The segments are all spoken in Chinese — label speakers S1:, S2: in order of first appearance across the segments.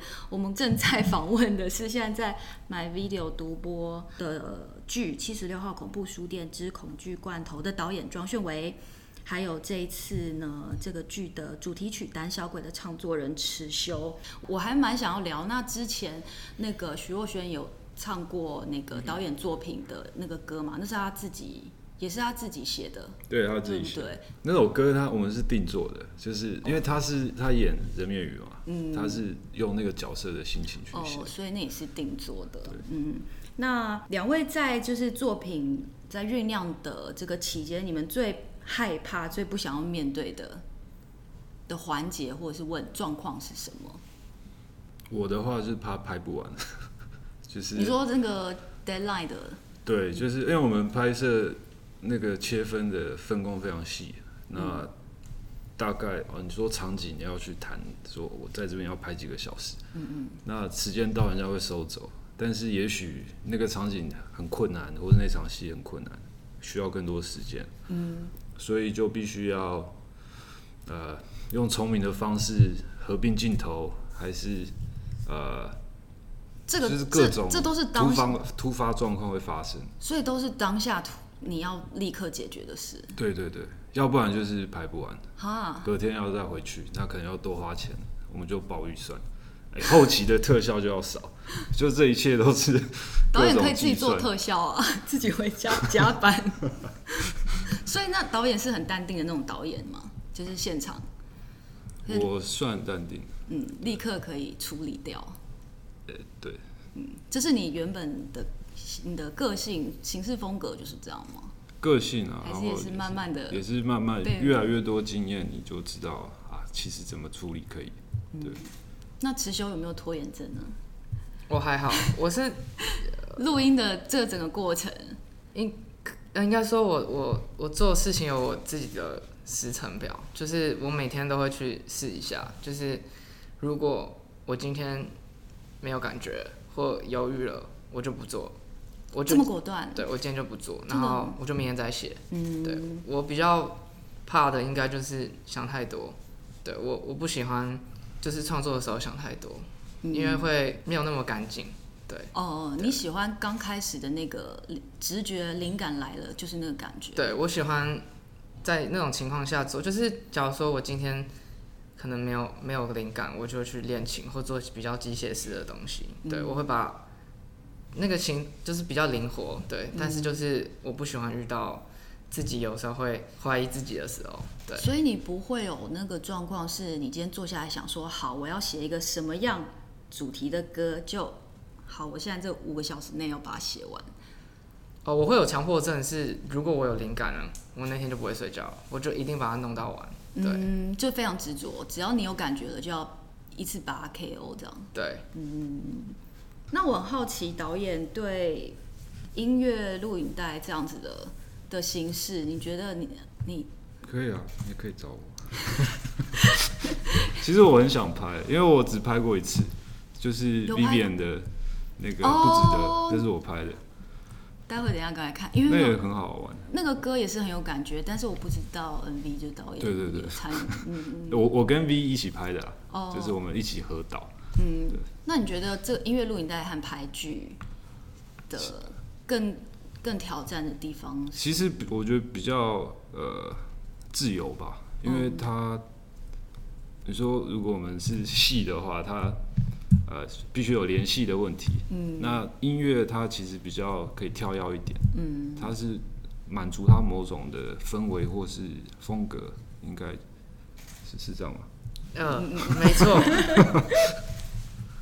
S1: 我们正在访问的是现在在买 video 独播的剧《七十六号恐怖书店之恐惧罐头》的导演庄炫维，还有这一次呢这个剧的主题曲《胆小鬼》的唱作人池修。我还蛮想要聊，那之前那个徐若瑄有唱过那个导演作品的那个歌嘛？那是他自己，也是他自己写的，
S2: 对他自
S1: 对
S2: 己
S1: 不
S2: 写。
S1: 嗯对？
S2: 那首歌他我们是定做的，就是因为他是他演人面鱼嘛，他是用那个角色的心情去写
S1: 嗯哦，。所以那也是定做的。嗯，那两位在就是作品在酝酿的这个期间，你们最害怕、最不想要面对的的环节或者是问状况是什么？
S2: 我的话是怕拍不完， 就是
S1: 你说那个 deadline 的，
S2: 对，就是因为我们拍摄那个切分的分工非常细，那
S1: 嗯
S2: 大概哦，你说场景你要去谈，说我在这边要拍几个小时，嗯嗯，那时间到人家会收走，但是也许那个场景很困难，或者那场戏很困难，需要更多时间，嗯，所以就必须要呃用聪明的方式合并镜头，还是呃。
S1: 这个
S2: 就是各种
S1: 这这都是
S2: 突
S1: 当下，
S2: 发突发状况会发生，
S1: 所以都是当下突你要立刻解决的事
S2: 对对对，要不然就是排不完，
S1: 哈。
S2: 隔天要再回去，那可能要多花钱，我们就爆预算。哎后期的特效就要少，就这一切都是
S1: 导演
S2: 各种
S1: 可以自己
S2: 计
S1: 做
S2: 算
S1: 特效啊， 自己回 家加班。 所以那导演是很淡定的那种导演嘛，就是现场。
S2: 我算淡定，
S1: 嗯，立刻可以处理掉。
S2: 呃，对，
S1: 这是你原本的你的个性行事风格就是这样吗？
S2: 个性啊，
S1: 还
S2: 然
S1: 是
S2: 后
S1: 也是慢慢的？
S2: 也是慢慢
S1: 对
S2: 越来越多经验，你就知道啊，其实怎么处理可以。对，
S1: 那池修有没有拖延症呢？
S3: 我还 好，我是
S1: 录音的这整个过程，
S3: 应呃应该说我我我做事情有我自己的时程表，就是我每天都会去试一下，就是如果我今天没有感觉或犹豫了，我就不做，我
S1: 这
S3: 就
S1: 么果断，
S3: 对我今天就不做，
S1: 真
S3: 然
S1: 的
S3: 后我就明天再写。
S1: 嗯，
S3: 对我比较怕的应该就是想太多，对我我不喜欢就是创作的时候想太多，
S1: 嗯
S3: 因为会没有那么干净。对
S1: 哦，你喜欢刚开始的那个直觉、灵感来了，就是那个感觉。
S3: 对，我喜欢在那种情况下做，就是假如说我今天可能没有没有灵感，我就去练琴或做比较机械式的东西。对，我会把那个琴就是比较灵活，
S1: 嗯
S3: 对，但是就是我不喜欢遇到自己有时候会怀疑自己的时候，对。
S1: 所以你不会有那个状况，是你今天坐下来想说，好，我要写一个什么样主题的歌，就好，我现在这五个小时内要把它写完。
S3: 哦，我会有强迫症是，如果我有灵感了，我那天就不会睡觉，我就一定把它弄到完。对、
S1: 嗯，就非常执着，只要你有感觉了，就要一次把它 KO 这样。
S3: 对，
S1: 那我很好奇，导演对音乐录影带这样子的的形式，你觉得你你
S2: 可以啊，你可以 找我。 其实我很想拍，因为我只拍过一次，就是
S1: 有拍吗
S2: Vivian 的那个不值
S1: 哦
S2: 得，那是我拍的，
S1: 待会等一下过来看，因
S2: 那也
S1: 为
S2: 很好玩。
S1: 那个歌也是很有感觉，但是我不知道 MV 就导演
S2: 对对对
S1: 有参与，嗯嗯。
S2: 我我跟 V 一起拍的啦，
S1: 哦
S2: 就是我们一起合导。
S1: 那你觉得这音乐录影带和排剧的更更挑战的地方是？
S2: 其实比我觉得比较呃自由吧，因为它、你说如果我们是戏的话，它呃必须有联系的问题。嗯，那音乐它其实比较可以跳跃一点。嗯，它是满足它某种的氛围或是风格，应该是是这样吗？
S3: 呃，没错，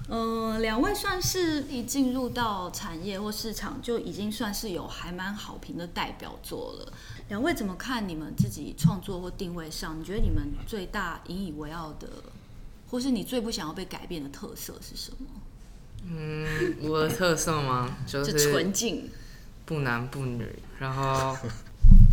S1: 嗯，两位算是一进入到产业或市场，就已经算是有还蛮好评的代表作了。两位怎么看你们自己创作或定位上？你觉得你们最大引以为傲的，或是你最不想要被改变的特色是什么？
S3: 嗯我的特色吗？就
S1: 就是纯净，
S3: 不男不女，然后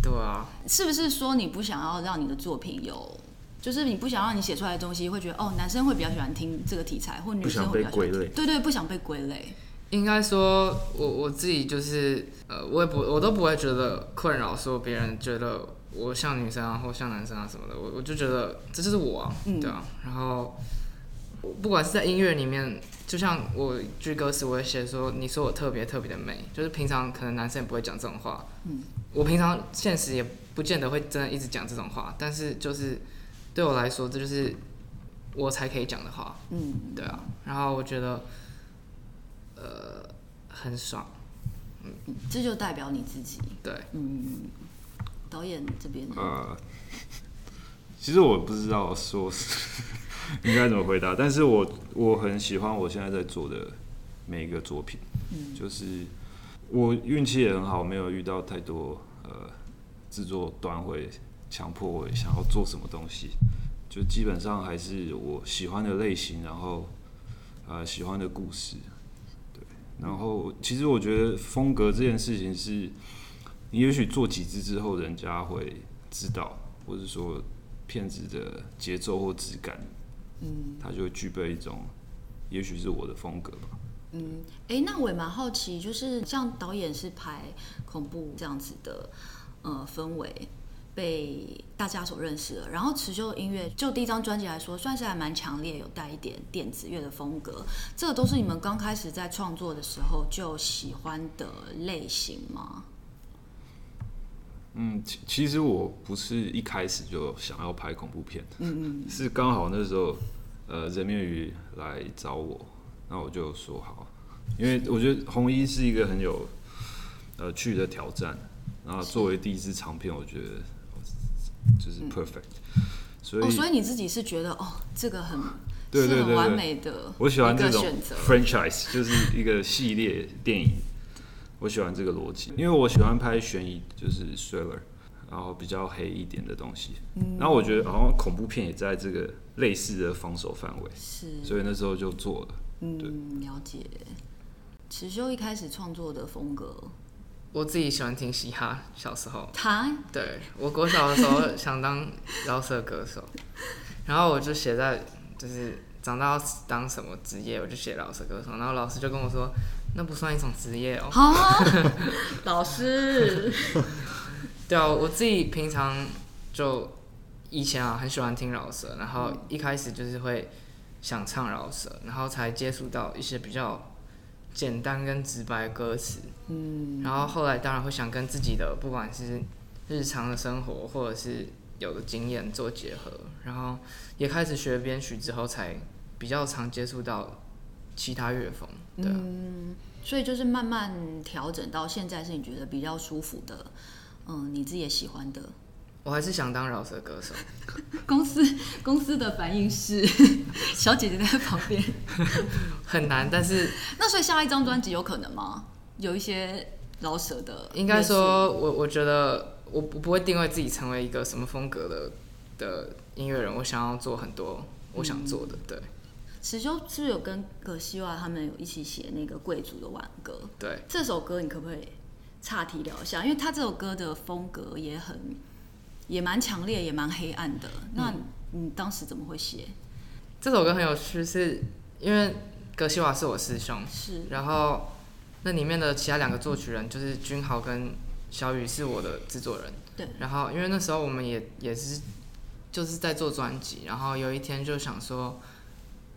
S3: 对啊，
S1: 是不是说你不想要让你的作品有？就是你不想让你写出来的东西，会觉得哦，男生会比较喜欢听这个题材，或女生会比较喜欢
S2: 不想被归
S1: 听。
S2: 类
S1: 对对，不想被归类。
S3: 应该说我我自己就是呃，我也不我都不会觉得困扰，说别人觉得我像女生啊或像男生啊什么的，我我就觉得这就是我啊，对啊，然后我不管是在音乐里面，就像我一句歌词，我会写说：“你说我特别特别的美。”就是平常可能男生也不会讲这种话。嗯，我平常现实也不见得会真的一直讲这种话，但是就是对我来说，这就是我才可以讲的话。
S1: 嗯，
S3: 对啊，然后我觉得，呃，很爽。
S1: 这就代表你自己。
S3: 对，
S1: 嗯，导演这边呢，
S2: 呃，其实我不知道说是 应该怎么回答，但是我我很喜欢我现在在做的每一个作品，就是我运气也很好，没有遇到太多呃制作端会强迫我想要做什么东西，就基本上还是我喜欢的类型，然后呃喜欢的故事，对，然后其实我觉得风格这件事情是。你也许做几支之后，人家会知道，或者说片子的节奏或质感，嗯，它就会具备一种，也许是我的风格吧。
S1: 哎，那我也蛮好奇，就是像导演是拍恐怖这样子的呃氛围，被大家所认识了。然后持久音乐就第一张专辑来说，算是还蛮强烈，有带一点电子乐的风格。这个都是你们刚开始在创作的时候就喜欢的类型吗？
S2: 嗯，其其实我不是一开始就想要拍恐怖片，嗯嗯，是刚好那时候，呃，人面鱼来找我，那我就说好，因为我觉得红衣是一个很有呃趣的挑战，然后作为第一支长片，我觉得哦就是 perfect，、所以、
S1: 哦，所以你自己是觉得哦，这个很
S2: 对对
S1: 是很
S2: 对
S1: 完
S2: 对
S1: 美的，
S2: 我喜欢这种
S1: 选择。
S2: franchise，就是一个系列电影。我喜欢这个逻辑，因为我喜欢拍悬疑，就是 thriller，然后比较黑一点的东西。
S1: 嗯
S2: 然后我觉得好像恐怖片也在这个类似的防守范围，
S1: 是，
S2: 所以那时候就做了。
S1: 嗯，了解。池修一开始创作的风格，
S3: 我自己喜欢听嘻哈，小时候。
S1: 他
S3: 对我国小的时候想当饶舌歌手， 然后我就写在就是长大要当什么职业，我就写饶舌歌手。然后老师就跟我说，那不算一种职业哦。
S1: 好， 老师，
S3: 对啊，我自己平常就以前啊很喜欢听饶舌，然后一开始就是会想唱饶舌，然后才接触到一些比较简单跟直白的歌词。嗯，然后后来当然会想跟自己的不管是日常的生活或者是有的经验做结合，然后也开始学编曲之后，才比较常接触到其他乐风。对啊、
S1: 所以就是慢慢调整到现在是你觉得比较舒服的，嗯，你自己也喜欢的。
S3: 我还是想当饶舌歌手。
S1: 公司公司的反应是， 小姐姐在旁边。
S3: 很难，但是
S1: 那所以下一张专辑有可能吗？有一些饶舌的，
S3: 应该，说，我我觉得我不不会定位自己成为一个什么风格的的音乐人，我想要做很多我想做的，对
S1: 池修是不是有跟葛西瓦他们有一起写那个贵族的挽歌？
S3: 对，
S1: 这首歌你可不可以岔题聊一下？因为他这首歌的风格也很，也蛮强烈，也蛮黑暗的。那你当时怎么会写？
S3: 这首歌很有趣，是因为格西瓦是我师兄，
S1: 是
S3: 然后那里面的其他两个作曲人就是君豪跟小雨是我的制作人，
S1: 对
S3: 然后因为那时候我们也也是就是在做专辑，然后有一天就想说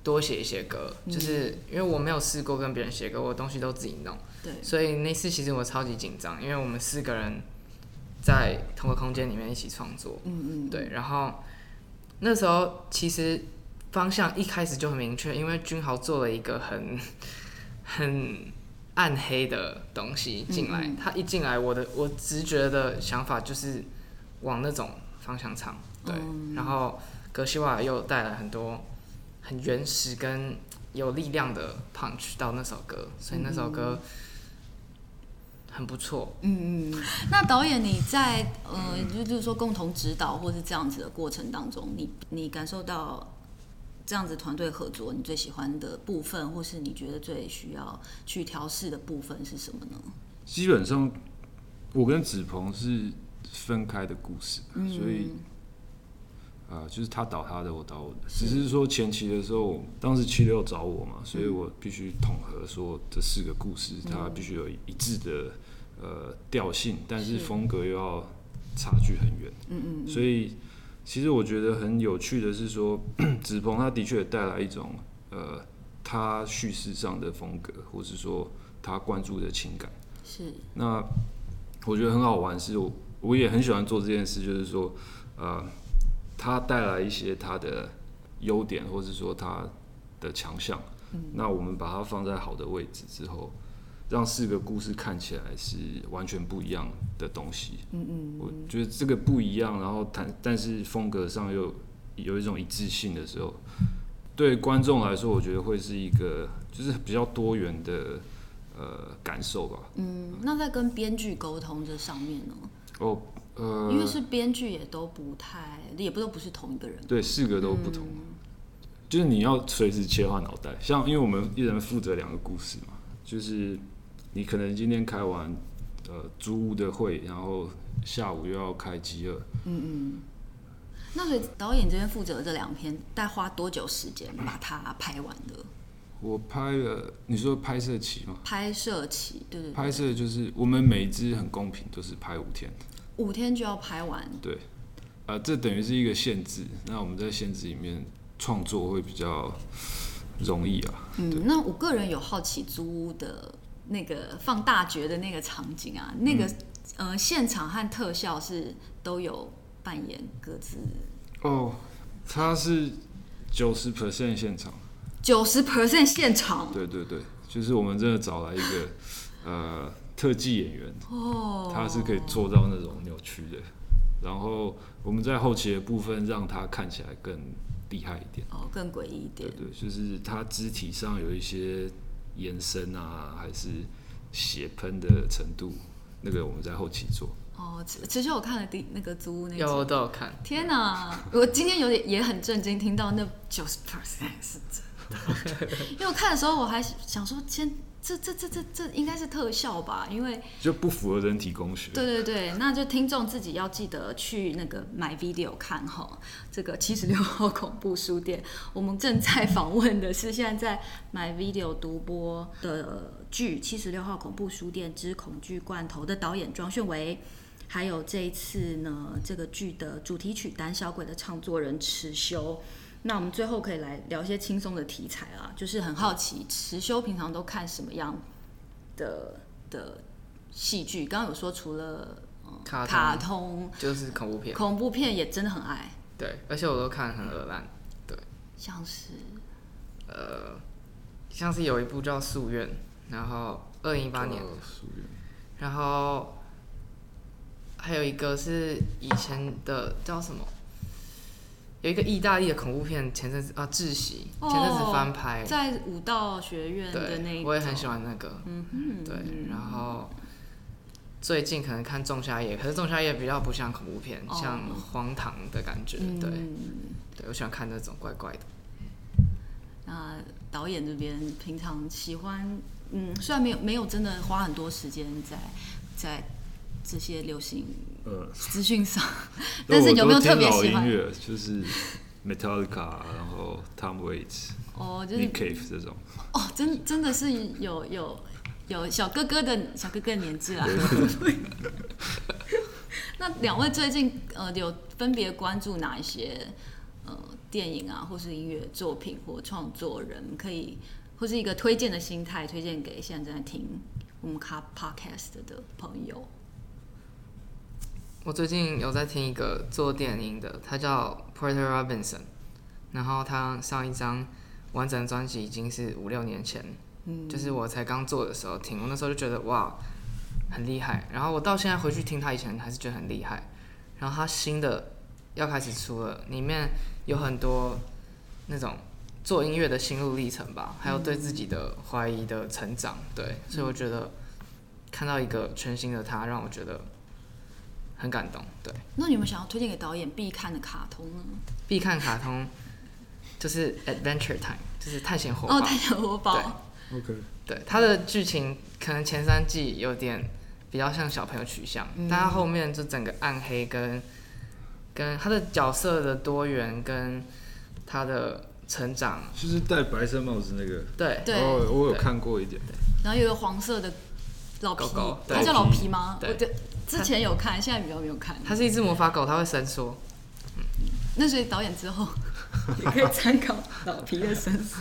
S3: 多写一些歌，就是因为我没有试过跟别人写歌，我东西都自己弄。
S1: 对，
S3: 所以那次其实我超级紧张，因为我们四个人在同个空间里面一起创作，
S1: 嗯嗯，
S3: 对，然后那时候其实方向一开始就很明确，因为君豪做了一个很很暗黑的东西进来，他一进来，我的我直觉的想法就是往那种方向唱，对，然后格西瓦又带来很多很原始跟有力量的 punch 到那首歌，所以那首歌很不错，
S1: 那导演你在呃，就就是说共同指导或是这样子的过程当中，你你感受到这样子团队合作，你最喜欢的部分，或是你觉得最需要去调试的部分是什么呢？
S2: 基本上，我跟子鹏是分开的故事，所以啊、呃就是他导他的，我导我的。只是嗯说前期的时候，当时七六找我嘛，所以我必须统合说这四个故事，它必须有一致的呃调性，但是风格又要差距很远。嗯嗯。所以 其实我觉得很有趣的是说，子鹏他的确带来一种呃他叙事上的风格，或是说他关注的情感。
S1: 是
S2: 那我觉得很好玩，是我我也很喜欢做这件事，就是说，呃，他带来一些他的优点，或是说他的强项，那我们把它放在好的位置之后，让四个故事看起来是完全不一样的东西。嗯嗯我觉得这个不一样，然后谈，但是风格上又有一种一致性的时候，对观众来说，我觉得会是一个就是比较多元的呃感受吧。
S1: 嗯，那在跟编剧沟通这上面呢，
S2: 哦，呃，
S1: 因为是编剧也都不太，也不都不是同一个人。
S2: 对，四个都不同，
S1: 嗯
S2: 就是你要随时切换脑袋。像因为我们一人负责两个故事嘛，就是你可能今天开完呃租屋的会，然后下午又要开饥饿，
S1: 那所以导演这边负责这两篇，大概花多久时间把它拍完的？
S2: 我拍了，你说拍摄期吗？
S1: 拍摄期，对对对，
S2: 拍摄就是我们每一支很公平，都是拍五天。
S1: 五天就要拍完。
S2: 对，呃，这等于是一个限制。那我们在限制里面创作会比较容易啊。
S1: 嗯，那我个人有好奇租屋的那个放大决的那个场景啊，那个、呃现场和特效是都有扮演各自
S2: 哦，它是九十 percent 现场。
S1: 九十 percent 现场
S2: 对对对，就是我们真的找来一个呃特技演员，
S1: 哦，
S2: 他是可以做到那种扭曲的。然后我们在后期的部分让他看起来更厉害一点。
S1: 哦更诡异一点
S2: 对。对，就是他肢体上有一些延伸啊，还是血喷的程度，那个我们在后期做。
S1: 哦，其其实我看了第那个租屋那
S3: 有
S1: 集，
S3: 我都有看，
S1: 天哪！我今天有点也很震惊，听到那九十 percent 是真的，因为我看的时候我还想说，先这这这这这应该是特效吧，因为
S2: 就不符合人体工学。
S1: 对对对，那就听众自己要记得去那个买 video 看哈，这个七十六号恐怖书店。我们正在访问的是现在在买 video 独播的剧《七十六号恐怖书店之恐惧罐头》的导演庄炫维，还有这一次呢这个剧的主题曲《胆小鬼》的唱作人池修。那我们最后可以来聊一些轻松的题材啊，就是很好奇池修平常都看什么样的的戏剧，刚刚有说除了、嗯
S3: 卡通
S1: 卡通
S3: 就是恐怖片，
S1: 恐怖片也真的很爱，
S3: 对，而且我都看很恶烂，
S1: 像是
S3: 呃，像是有一部叫《夙愿》，然后二零一
S2: 哦
S3: 八年，然后还有一个是以前的叫什么？有一个意大利的恐怖片，前阵子啊《窒息》，
S1: 哦
S3: 前阵子翻拍，
S1: 在武道学院的那一
S3: 哎对，
S1: 种
S3: 我也很喜欢那个，
S1: 嗯哼，
S3: 对，然后最近可能看《仲夏夜》，可是《仲夏夜》比较不像恐怖片，
S1: 哦
S3: 像荒唐的感觉，
S1: 嗯
S3: 对，对我喜欢看那种怪怪的。
S1: 那导演这边平常喜欢，嗯，虽然没有没有真的花很多时间在在这些流行
S2: 呃，
S1: 资讯 上，但是有没有特别喜
S2: 我都听老音
S1: 欢？
S2: 乐？就是 Metallica，然后 Tom Waits、
S1: 哦，就是
S2: Nick Cave 这种。
S1: 哦，真真的是有有有小哥哥的小哥哥的年纪啦。 那两位最近呃有分别关注哪一些呃电影啊，或是音乐作品或创作人，可以或是一个推荐的心态，推荐给现在正在听我们卡 podcast 的朋友。
S3: 我最近有在听一个做电影的，他叫 Porter Robinson，然后他上一张完整的专辑已经是五六年前，嗯，就是我才刚做的时候听，我那时候就觉得哇，很厉害。然后我到现在回去听他以前还是觉得很厉害。然后他新的要开始出了，里面有很多那种做音乐的心路历程吧，还有对自己的怀疑的成长，对，所以我觉得看到一个全新的他，让我觉得很感动，对。
S1: 那你们想要推荐给导演必看的卡通呢？
S3: 必看卡通就是 Adventure Time，就是探险活宝。
S1: 哦，太阳火宝，
S2: OK，
S3: 对，它的剧情可能前三季有点比较像小朋友取向，
S1: 嗯
S3: 但它后面就整个暗黑跟跟它的角色的多元跟它的成长，
S2: 就是戴白色帽子那个。
S3: 对
S1: 对
S2: 哦，我有看过一点。
S1: 然后有一个黄色的老皮
S3: 狗狗，对
S1: 他叫老皮吗？
S3: 对
S1: 我就之前有看，现在比较没有看。
S3: 它是一只魔法狗，它会伸缩。
S1: 那所以导演之后 也可以参考老皮的生死。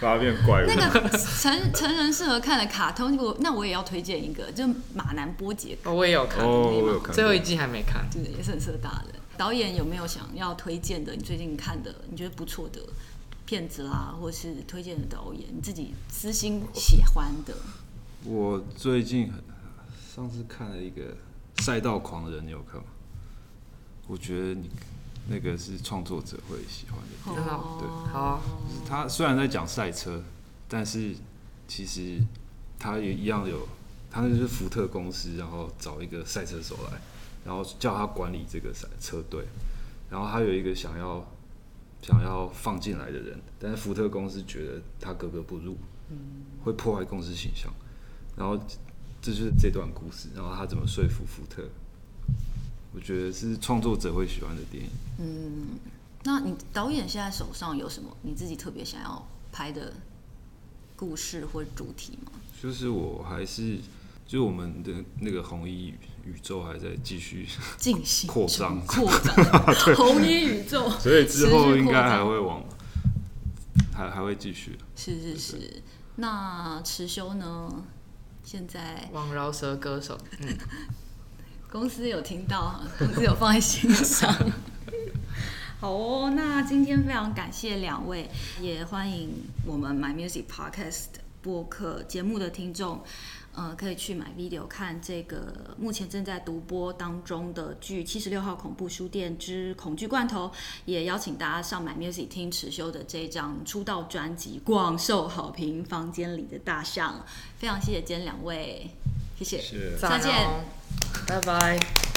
S2: 把它变怪物。
S1: 那个成成人适合看的卡通，我那我也要推荐一个，就马南波杰，
S3: 哦，我也有看，
S2: 哦，我有看过
S3: 最后一季还没看。
S1: 就是也是很适合大人。导演有没有想要推荐的？你最近看的，你觉得不错的片子啦，或是推荐的导演，你自己私心喜欢的？
S2: 我最近很上次看了一个《赛道狂人》，你有看吗？我觉得你那个是创作者会喜欢的。
S3: 真的
S2: 对
S1: 哦
S3: 好啊，
S2: 就是他虽然在讲赛车，但是其实他也一样有，他就是福特公司，然后找一个赛车手来，然后叫他管理这个赛车队，然后他有一个想要想要放进来的人，但是福特公司觉得他格格不入，会破坏公司形象，然后这就是这段故事，然后他怎么说服福特，我觉得是创作者会喜欢的电影。
S1: 那你导演现在手上有什么你自己特别想要拍的故事或主题吗？
S2: 就是我还是，就是我们的那个红衣宇宙还在继续，
S1: 进行
S2: 扩
S1: 中
S2: 张
S1: 扩张， 红衣宇宙，
S2: 所以之后
S1: 持续
S2: 应
S1: 扩
S2: 该还
S1: 张
S2: 会往，还还会继续。
S1: 是是是。那持修呢？现在
S3: 王饶舌歌手，嗯，
S1: 公司有听到， 公司有放在心上。好哦，那今天非常感谢两位，也欢迎我们 My Music Podcast 播客节目的听众，呃，可以去买 video 看这个目前正在独播当中的剧《七十六号恐怖书店之恐惧罐头》，也邀请大家上 My Music 听池修的这一张出道专辑，广受好评，《房间里的大象》，非常谢谢今天两位，谢谢，
S2: 是
S1: 再见
S3: 赞哦，拜拜。